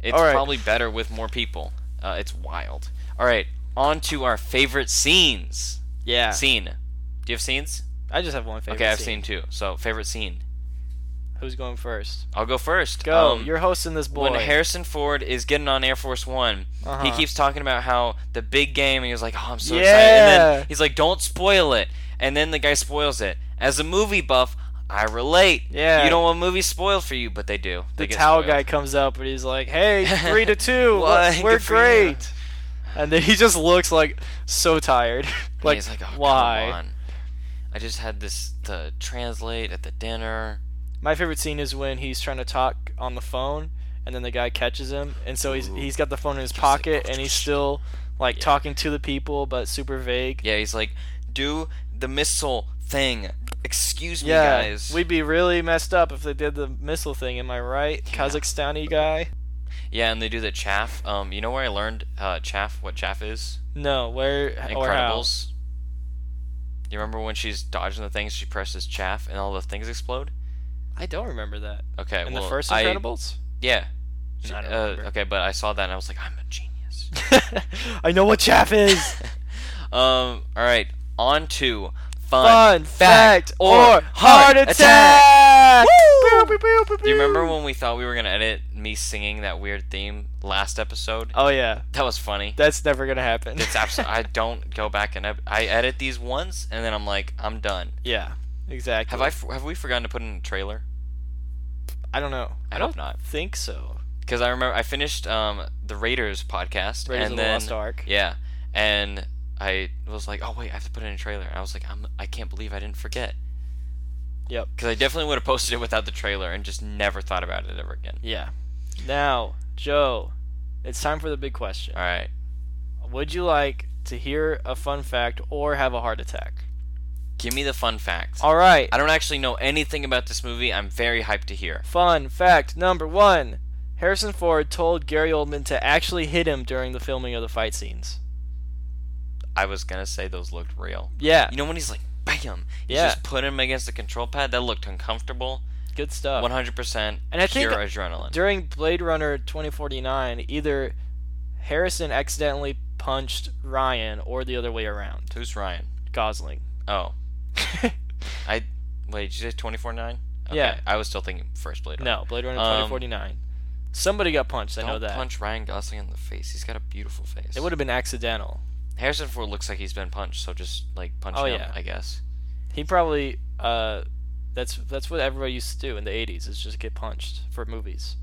It's
All right.
probably better with more people. Uh, it's wild. All right, on to our favorite scenes.
yeah.
Scene. Do you have scenes?
I just have one favorite.
okay, I've
scene.
seen two. So favorite scene.
Who's going first?
I'll go first.
Go.
Um,
You're hosting this boy.
when Harrison Ford is getting on Air Force One, he
Uh-huh.
keeps talking about how the big game, and he was like, "Oh, I'm so excited!" And
Yeah.
then he's like, "Don't spoil it," and then the guy spoils it. As a movie buff, I relate.
Yeah.
You don't want movies spoiled for you, but they do. They
the
get
towel
spoiled.
guy comes up and he's like,
(laughs)
"Hey, three to two.
Why?
We're
Good for you.
great." And then he just looks like so tired. (laughs) like,
he's like, oh,
why?
Come on. I just had this to translate at the dinner.
My favorite scene is when he's trying to talk on the phone, and then the guy catches him, and so he's he's got the phone in his
"Oh,
pocket, and he's still like talking to the people, but super vague.
Yeah, he's like, do the missile thing. Excuse me,
Yeah,
guys.
we'd be really messed up if they did the missile thing. Am I right, Kazakhstani guy?
Yeah, and they do the chaff. Um, you know where I learned uh, chaff? What chaff is?
No, where or how?
Incredibles. You remember when she's dodging the things, she presses chaff, and all the things explode?
I don't remember that.
Okay,
In
well,
the first
I- (laughs)
Incredibles. (laughs)
yeah.
I don't
Uh,
remember.
okay, but I saw that and I was like, I'm a
(laughs)
genius.
I know what chaff is.
Um, all right, on to fun,
Fun fact or heart attack. Pew, pew, pew, pew,
Do you remember
pew.
when we thought we were gonna edit me singing that weird theme last episode?
Oh yeah,
that was funny.
that's never gonna happen.
It's absolutely. I don't go back and ed- I edit these once, and then I'm like, I'm done.
(laughs) yeah, exactly.
Have I? f- Have we forgotten to put in a trailer?
I don't know.
I
I
hope
don't
not.
think so.
Because I remember I finished um the Raiders podcast,
Raiders
and
of the
then
Lost Ark.
yeah, and I was like, oh wait, I have to put in a trailer. And I was like, I'm I can't believe I didn't forget.
Yep.
Because I definitely would have posted it without the trailer and just never thought about it ever again.
Yeah. Now, Joe, it's time for the big question.
All right.
Would you like to hear a fun fact or have a heart attack?
Give me the fun facts.
All right.
I don't actually know anything about this movie. I'm very hyped to hear.
Fun fact number one Harrison Ford told Gary Oldman to actually hit him during the filming of the fight scenes.
I was gonna say those looked real.
Yeah.
You know when he's like, bam, you
Yeah.
just put him against the control pad. That looked uncomfortable.
good stuff.
100%
And I think
pure adrenaline.
during Blade Runner 2049, either Harrison accidentally punched Ryan or the other way around.
Who's Ryan?
Gosling. (laughs)
Oh, I wait. Did you say twenty four nine?
Yeah.
I was still thinking first Blade Runner.
no, Blade Runner
Um,
2049. Somebody got punched, I
Don't
know that.
punch Ryan Gosling in the face. He's got a beautiful face.
It would have been accidental.
Harrison Ford looks like he's been punched, so just like punch
Oh,
him.
yeah.
I guess.
He probably uh that's that's what everybody used to do in the 80s is just get punched for movies.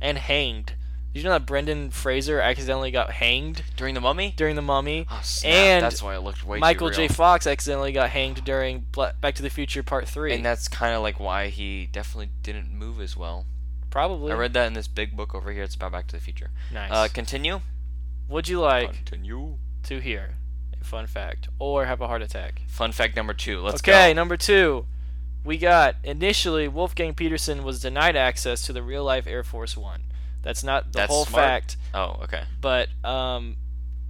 And hanged. Did you know that Brendan Fraser accidentally got hanged
During the Mummy.
during The Mummy?
oh snap!
and
that's why it looked way
Michael
too
J.
real.
Fox accidentally got hanged during Bla- Back to the Future Part 3.
And that's kind of like why he definitely didn't move as well.
probably
I read that in this big book over here. It's about Back to the Future.
Nice.
Uh, continue.
Would you like
Continue.
to hear a fun fact or have a heart attack?
Fun fact number two. Let's
okay,
go.
number two. We got initially Wolfgang Peterson was denied access to the real life Air Force One. That's not the
That's
whole
smart.
fact,
Oh, okay.
but um,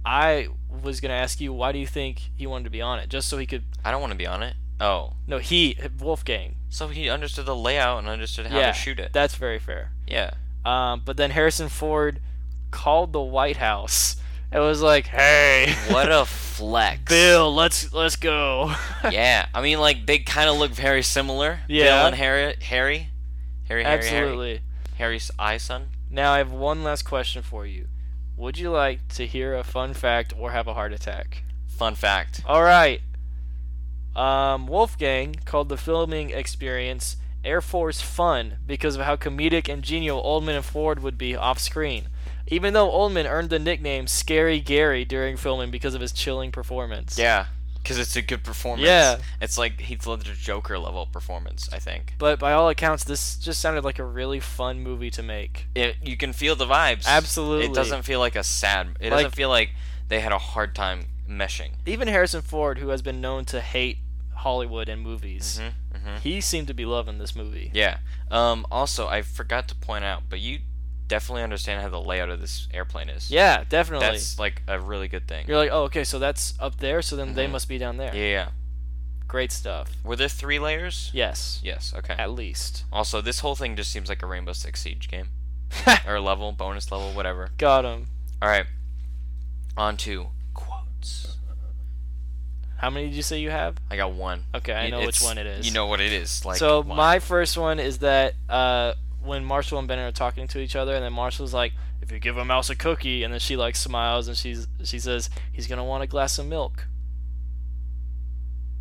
I was gonna ask you why do you think he wanted to be on it? Just so he could
I don't want to be on it. Oh,
no he Wolfgang.
so he understood the layout and understood how
yeah,
to shoot it.
That's very fair.
yeah.
Um, but then Harrison Ford called the White House It was
(laughs)
like, hey,
What a flex.
(laughs) Bill, let's let's go.
Yeah, I mean, like they kind of look very similar.
Yeah.
Bill and Harry, Harry, Harry, Harry,
Absolutely.
Harry, Harry's eye son.
Now I have one last question for you. Would you like to hear a fun fact or have a heart attack?
Fun fact.
All right. Um, Wolfgang called the filming experience Air Force fun because of how comedic and genial Oldman and Ford would be off screen. Even though Oldman earned the nickname Scary Gary during filming because of his chilling performance.
Yeah, because it's a good performance.
Yeah.
it's like Heath Ledger Joker level performance. I think
But by all accounts, this just sounded like a really fun movie to make.
it, you can feel the vibes.
Absolutely.
it doesn't feel like a sad. It
Like-
doesn't feel like they had a hard time meshing.
Even Harrison Ford, who has been known to hate Hollywood and movies, he seemed to be loving this movie.
Mm-hmm, Yeah. Um. Also, I forgot to point out, but you definitely understand how the layout of this airplane is.
Yeah, definitely.
That's like a really good thing.
You're like, oh, okay, so that's up there, so then they must be down there.
Mm-hmm. yeah, yeah.
Great stuff.
Were there three layers?
Yes.
Yes. Okay.
At least.
Also, this whole thing just seems like a Rainbow Six Siege game. or level, bonus level, whatever.
Got him.
All right. On to quotes.
How many did you say you have?
I got one.
Okay, I
You-
know which
it's-
one it is.
You know what it is. Like
so
why?
my first one is that uh, when Marshall and Bennett are talking to each other, and then Marshall's like, "If you give a mouse a cookie," and then she like smiles and she's she says, "He's gonna want a glass of milk."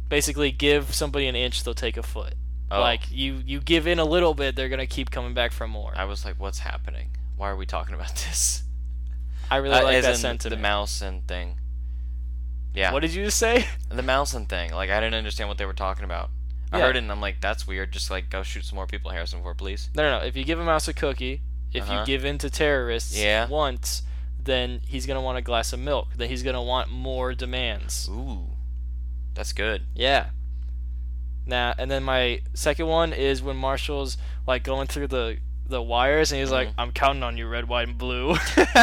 Basically, give somebody an inch, they'll take a foot.
Oh.
Like you you give in a little bit, they're gonna keep coming back for more.
I was like, what's happening? Why are we talking about this?
I (laughs) really
Uh,
like
as
that
in
sentiment.
The mouse and thing. Yeah.
What did you just say?
the mouse and thing? Like I didn't understand what they were talking about. I
Yeah.
heard it and I'm like, that's weird. Just like go shoot some more people, Harrison Ford, please.
No, no, no. If you give a mouse a cookie, if
Uh-huh.
you give in to terrorists
Yeah.
once, then he's gonna want a glass of milk. Then he's gonna want more demands.
Ooh, that's
(laughs)
good.
Yeah. Now, and then my second one is when Marshall's like going through the the wires, and he's like,
Mm-hmm.
"I'm counting on you, red, white, and
(laughs)
blue." (laughs)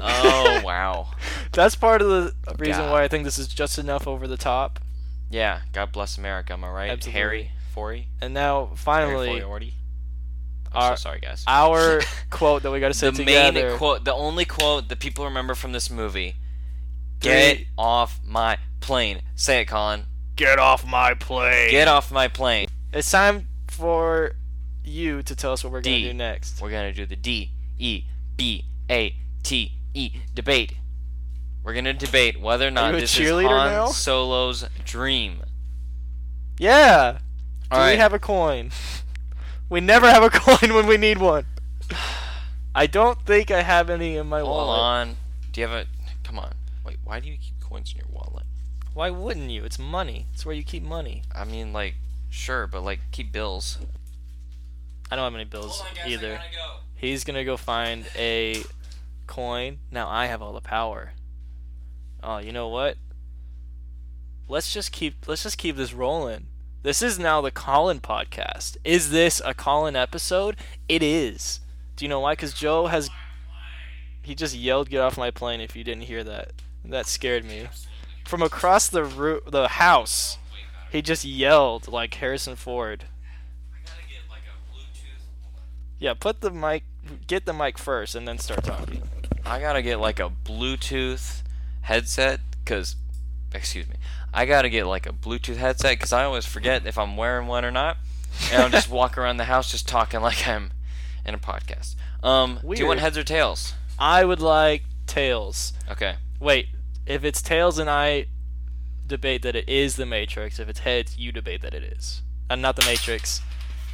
Oh wow.
That's part of the reason
God.
why I think this is just enough over the top.
Yeah. God bless America. Am I right?
Absolutely.
Harry Forey.
And now,
Harry
finally,
Forey Orty. I'm
our
so sorry, guys. (laughs)
our quote that we got to say
the
together.
main quote, the only quote that people remember from this movie.
Three-
Get off my plane. Say it, Colin.
Get off my plane.
Get off my plane.
It's time for you to tell us what we're going
D.
to do next.
We're gonna do the D E B A T E debate. We're gonna debate whether or not
you a
this is Han
cheerleader now?
Solo's dream.
Yeah. Do
All
we
right.
have a coin? We never have a (laughs) coin when we
(sighs)
need one. I don't think I have any in my
Hold
wallet.
on. Do you have a? Come on. Wait. Why do you keep coins in your wallet?
Why wouldn't you? It's money. It's where you keep money.
I mean, like, sure, but like, keep bills.
I don't have any bills either. He's gonna go find a coin. Now I have all the power. Oh, you know what? Let's just keep let's just keep this rolling. This is now the Colin podcast. Is this a Colin episode? It is. Do you know why? Because Joe has he just yelled, "Get off my plane!" If you didn't hear that, that scared me. From across the roo- the house, he just yelled like Harrison Ford. Yeah, put the mic, get the mic first, and then start talking.
I gotta get like a Bluetooth headset, cause, excuse me, I gotta get like a Bluetooth headset, cause I always forget if I'm wearing one or not, and I'll
(laughs)
just walk around the house just talking like I'm in a podcast. Um, do you
Weird.
want heads or tails?
I would like tails.
Okay.
Wait, if it's tails and I debate that it is the Matrix, if it's heads, you debate that it is. I'm not the Matrix.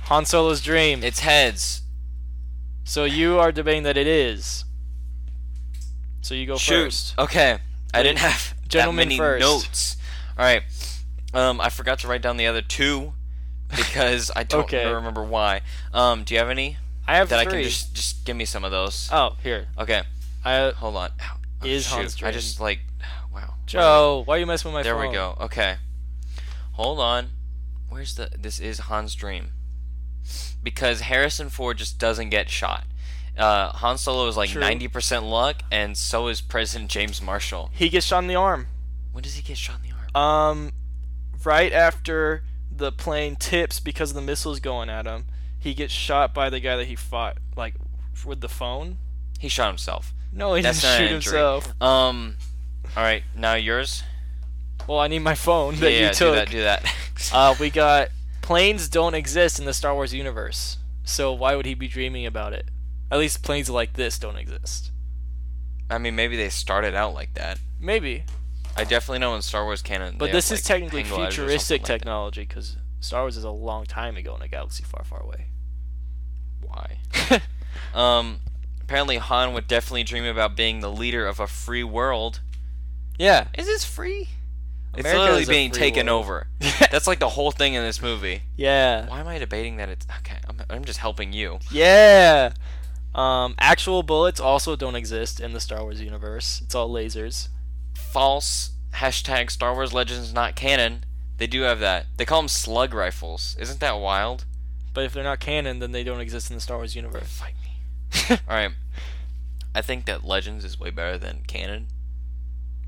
Han Solo's dream.
It's heads.
so you are debating that it is. So you go
Shoot. Oh,
first.
Okay. I didn't have
Gentleman
that many
first.
notes. All right. Um, I forgot to write down the other two because I don't
(laughs) Okay.
remember why. Um, do you have any
I have
that I
three.
can just just give me some of those?
Oh, here.
Okay.
I
Hold on. Ow. Oh,
Is Hans
shoot. I just like (sighs) wow.
Joe, why are you messing with my
There
phone?
we go. Okay. Hold on. Where's the this is Han's dream. Because Harrison Ford just doesn't get shot. Uh, Han Solo is like
True.
90% luck, and so is President James Marshall.
He gets shot in the arm.
When does he get shot in the arm?
Um, right after the plane tips because of the missiles going at him, he gets shot by the guy that he fought, like with the phone.
He shot himself.
No, he
That's
didn't
not
shoot
an injury.
himself.
Um. All right, now yours.
Well, I need my phone (laughs) that
yeah,
you
yeah,
took.
do that. Do that.
Uh, we got planes don't exist in the Star Wars universe, so why would he be dreaming about it? At least planes like this don't exist.
(laughs) I mean, maybe they started out like that.
Maybe,
I definitely know in Star Wars canon.
but
they
this
have, like,
is technically
hang gliders or
futuristic
something like that.
technology because Star Wars is a long time ago in a galaxy far, far away.
Why? (laughs) um. Apparently, Han would definitely dream about being the leader of a free world.
Yeah,
Is this free? It's
America
literally
is a
being
free
taken
world.
over. That's like the whole thing in this movie.
yeah,
Why am I debating that? It's okay. I'm, I'm just helping you.
yeah. Um, actual bullets also don't exist in the Star Wars universe. It's all lasers.
False. Hashtag Star Wars Legends not canon. They do have that. They call them slug rifles. Isn't that wild?
But if they're not canon, then they don't exist in the Star Wars universe.
Fight me. All right. I think that Legends is way better than canon.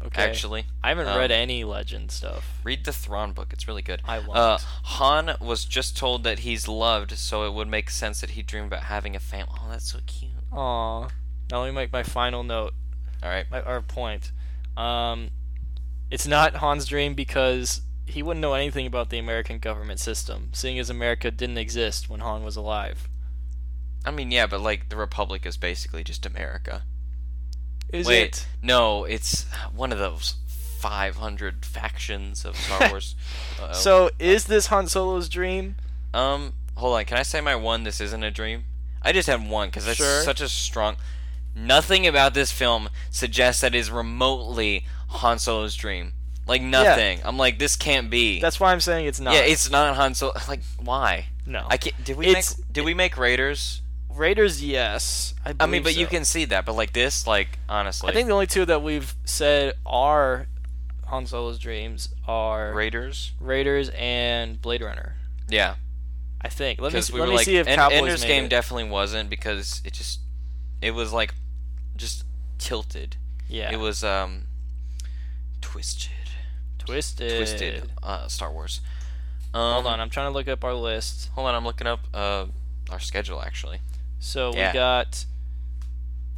Okay.
Actually,
I haven't
um,
read any legend stuff.
Read the Thrawn book. It's really good.
I won't.
Uh, Han was just told that he's loved, so it would make sense that he dreamed about having a family. Oh, that's so cute.
Aw. Now let me make my final note.
All right.
my, or point. Um, it's not Han's dream because he wouldn't know anything about the American government system, seeing as America didn't exist when Han was alive.
I mean, yeah, but like the Republic is basically just America.
Is
Wait,
it?
no, it's one of those 500 factions of
(laughs)
Star Wars. Uh-oh.
So is this Han Solo's dream?
um, hold on. Can I say my one? This isn't a dream. I just had one because it's
Sure.
such a strong. Nothing about this film suggests that is remotely Han Solo's dream. Like nothing. I'm like, this can't be.
That's why I'm saying it's not.
yeah, it's not Han Solo. (laughs) Like, why?
No.
I can't. Did we
It's-
make? Did we make Raiders?
Raiders. Yes, I,
I mean,
believe
but you
so.
can see that. But like this, like honestly,
I think the only two that we've said are Han Solo's dreams are
Raiders.
Raiders and Blade Runner.
Yeah,
I think. Let me
because
see,
we
let
were
me
like,
see if
End-
Cowboys
Ender's
made
Game
it.
definitely wasn't because it just, it was like, just tilted.
yeah.
It was um, twisted,
twisted.
twisted. Uh, Star Wars. Um,
Hold on, I'm trying to look up our list.
hold on. I'm looking up uh, our schedule actually.
So
Yeah.
we got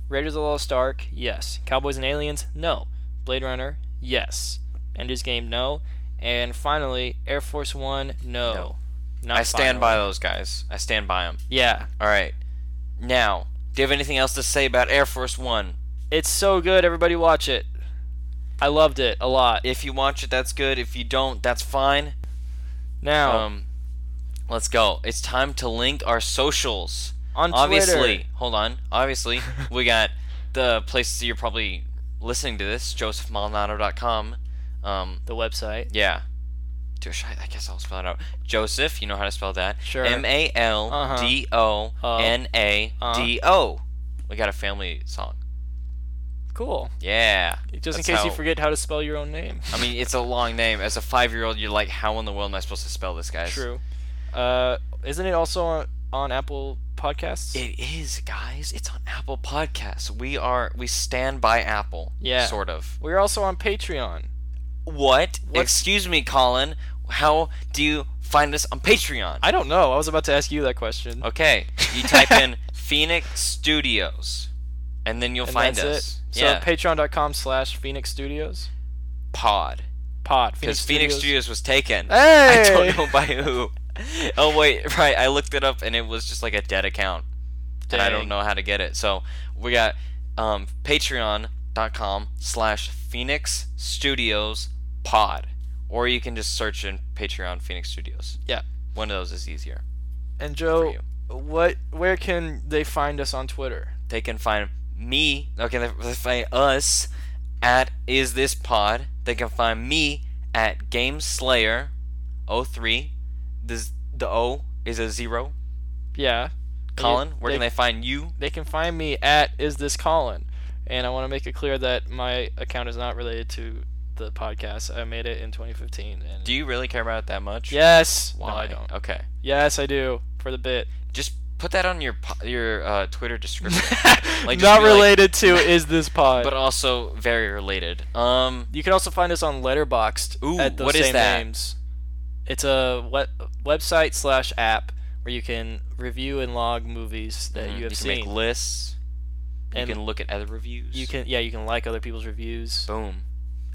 Raiders of the Lost Ark, yes. Cowboys and Aliens, no. Blade Runner, yes. Ender's Game, no. And finally, Air Force One, no.
No.
Not
I stand by
finally.
those guys. I stand by them.
Yeah,
All right. Now, do you have anything else to say about Air Force One?
it's so good. Everybody watch it. I loved it a lot.
If you watch it, that's good. If you don't, that's fine.
Now
Um, let's go. It's time to link our socials.
On
obviously,
Twitter.
hold on. Obviously, we got the places you're probably listening to this, josephmaldonado.com. Um,
the website.
yeah. Dude, should I, I guess I'll spell it out. Joseph, you know how to spell that.
Sure.
M A L D O N A D
Uh-huh.
O. We got a family song.
Cool.
Yeah. That's
Just in case
how-
you forget how to spell your own name.
I mean, it's a long name. As a five-year-old, you're like, how in the world am I supposed to spell this, guys?
True. Uh, isn't it also on, on Apple Podcasts?
It is, guys. It's on Apple Podcasts. We are we stand by Apple.
Yeah.
Sort of.
We're also on Patreon.
What? Excuse me, Colin. How do you find us on Patreon?
I don't know. I was about to ask you that question.
okay. You type
(laughs)
in Phoenix Studios, and then you'll
And
find
that's
us.
It.
yeah.
So patreon.com slash Phoenix Studios.
Pod.
Pod.
Because Phoenix Studios was taken. (laughs) I
Hey!
don't know by who. Oh wait, (laughs) right. I looked it up, and it was just like a dead account. and I
Dang.
don't know how to get it. So we got um, patreon.com slash Phoenix Studios Pod. Or you can just search in Patreon Phoenix Studios.
Yeah.
One of those is easier.
And Joe,
you.
what? where can they find us on Twitter?
They can find me, okay, they they find us at Is This Pod. They can find me at Game Slayer 03. The, z- the O is a zero.
Yeah.
Colin, where can
they-
they find you?
They can find me at Is This Colin. And I want to make it clear that my account is not related to the podcast. I made it in 2015. And
Do you really care about it that much?
Yes.
Why?
No, I don't.
Okay.
Yes, I do. For the bit.
just put that on your po- your uh, Twitter
(laughs)
description. like just
not
be like- (laughs)
related to Is This Pod.
but also very related. Um,
You can also find us on Letterboxd
Ooh,
at those
what is
same
that?
names. It's a web- website slash app where you can review and log movies that
Mm-hmm. you
you have
can
seen.
make lists. You
And-
can look at other reviews.
You can yeah, you can like other people's reviews.
Boom.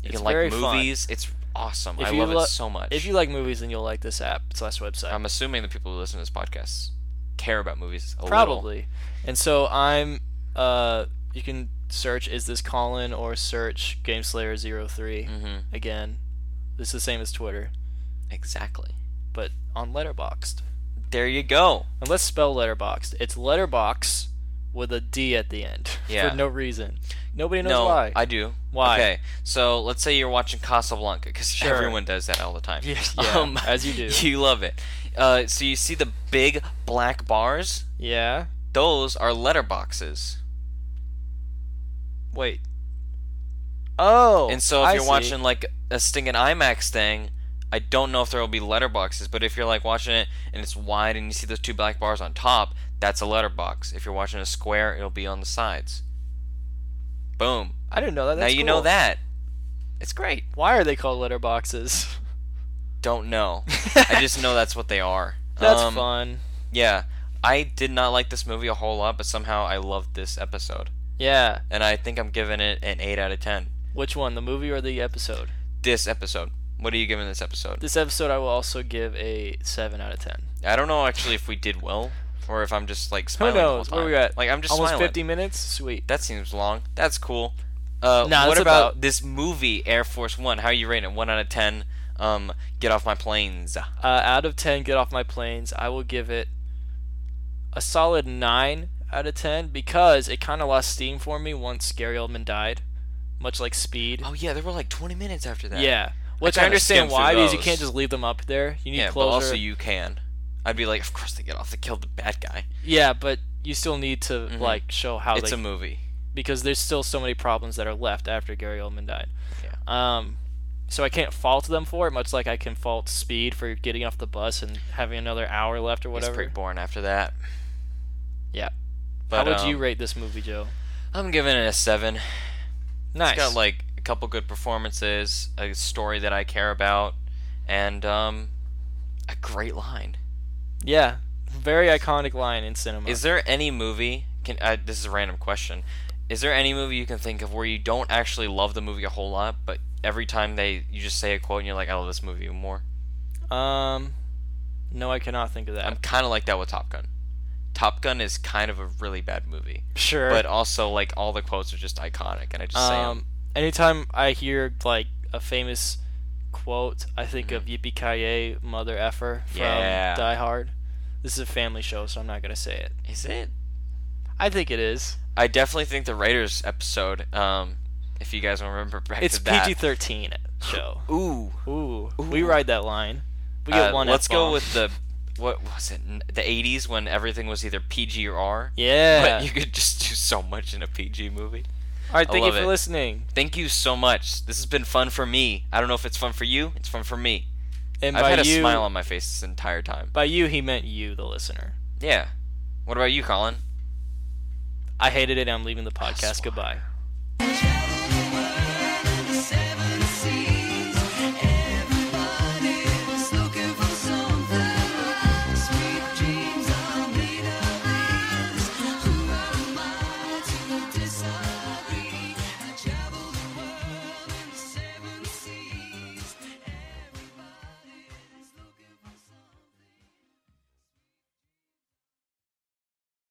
You
It's
can like
very fun.
movies. It's awesome.
If
I
you
love
lo-
it so much.
If you like movies, then you'll like this app slash website.
I'm assuming the people who listen to this podcast care about movies. A
probably.
Little.
And so I'm. Uh, you can search is this Colin or search Gameslayer 3 again. This is the same as Twitter,
Exactly.
but on Letterboxd.
There you go.
And let's spell Letterboxd. It's Letterbox with a D at the end (laughs)
Yeah.
for no reason. Nobody knows
No,
why.
I do.
Why?
Okay, so let's say you're watching Casablanca because
Sure.
everyone does that all the time. (laughs) Um,
Yeah, yeah, as you do.
You love it. Uh, so you see the big black bars?
Yeah.
Those are letterboxes.
Wait. Oh.
And so if
I
you're
see.
watching like a stinking IMAX thing, I don't know if there will be letterboxes, but if you're like watching it and it's wide and you see those two black bars on top, that's a letterbox. If you're watching a square, it'll be on the sides. Boom.
I didn't know that.
now
That's
you know
cool.
that. It's great.
Why are they called letterboxes? (laughs)
Don't know. I just know that's what they are.
That's
Um,
fun.
Yeah. I did not like this movie a whole lot, but somehow I loved this episode.
Yeah.
And I think I'm giving it an 8 out of 10.
Which one, the movie or the episode?
This episode. What are you giving this episode?
This episode, I will also give a seven out of ten.
I don't know actually if we did well or if I'm just like
Who
smiling.
knows?
The whole
Where
time.
we at?
Like I'm just
almost
smiling.
50 minutes. Sweet.
That seems long. That's cool. Uh,
Nah,
what
that's
about,
about-
this movie Air Force One? How are you rating it? One out of ten. Um, get off my planes.
Uh, out of 10, get off my planes. I will give it a solid nine out of 10 because it kind of lost steam for me once Gary Oldman died, much like Speed.
Oh yeah, there were like 20 minutes after that.
yeah. Which I,
kinda skimmed
understand
through
why because you
those.
can't just leave them up there. You need
Yeah,
closure.
but also you can. I'd be like, of course they get off. They killed the bad guy.
yeah, but you still need to like show how
Mm-hmm. It's
they
a movie.
because there's still so many problems that are left after Gary Oldman died.
Yeah.
Um, so I can't fault them for it, much like I can fault Speed for getting off the bus and having another hour left or
It's
whatever.
pretty boring after that.
yeah.
But
How would
um,
you rate this movie, Joe?
I'm giving it a seven.
Nice.
It's got like a couple good performances, a story that I care about, and um, a great line.
yeah, very iconic line in cinema.
Is there any movie? Can I, this is a random question. Is there any movie you can think of where you don't actually love the movie a whole lot, but every time they you just say a quote and you're like, I love this movie more?
um, no, I cannot think of that.
I'm kind of like that with Top Gun. Top Gun is kind of a really bad movie,
(laughs) sure.
but also like all the quotes are just iconic, and I just say 'em.
um, anytime I hear like a famous quote, I think of Yippee Ki Mother Effer from
Mm-hmm. Yeah.
Die Hard. This is a family show, so I'm not gonna say it.
Is it?
I think it is.
I definitely think the Raiders episode. Um, if you guys remember back
It's
to that.
PG thirteen show.
(gasps) Ooh.
Ooh, we ride that line. We get
Uh,
one.
let's go
F-bomb.
with the what was it? n- The 80s when everything was either PG or R.
(laughs) yeah.
But you could just do so much in a PG movie.
All right, thank you
love
for
it.
listening.
Thank you so much. This has been fun for me. I don't know if it's fun for you. It's fun for me.
And
I've
by
had a
you,
smile on my face this entire time.
by you, he meant you, the listener.
Yeah. What about you, Colin? (sighs)
I hated it. I'm leaving the podcast. Goodbye.
Just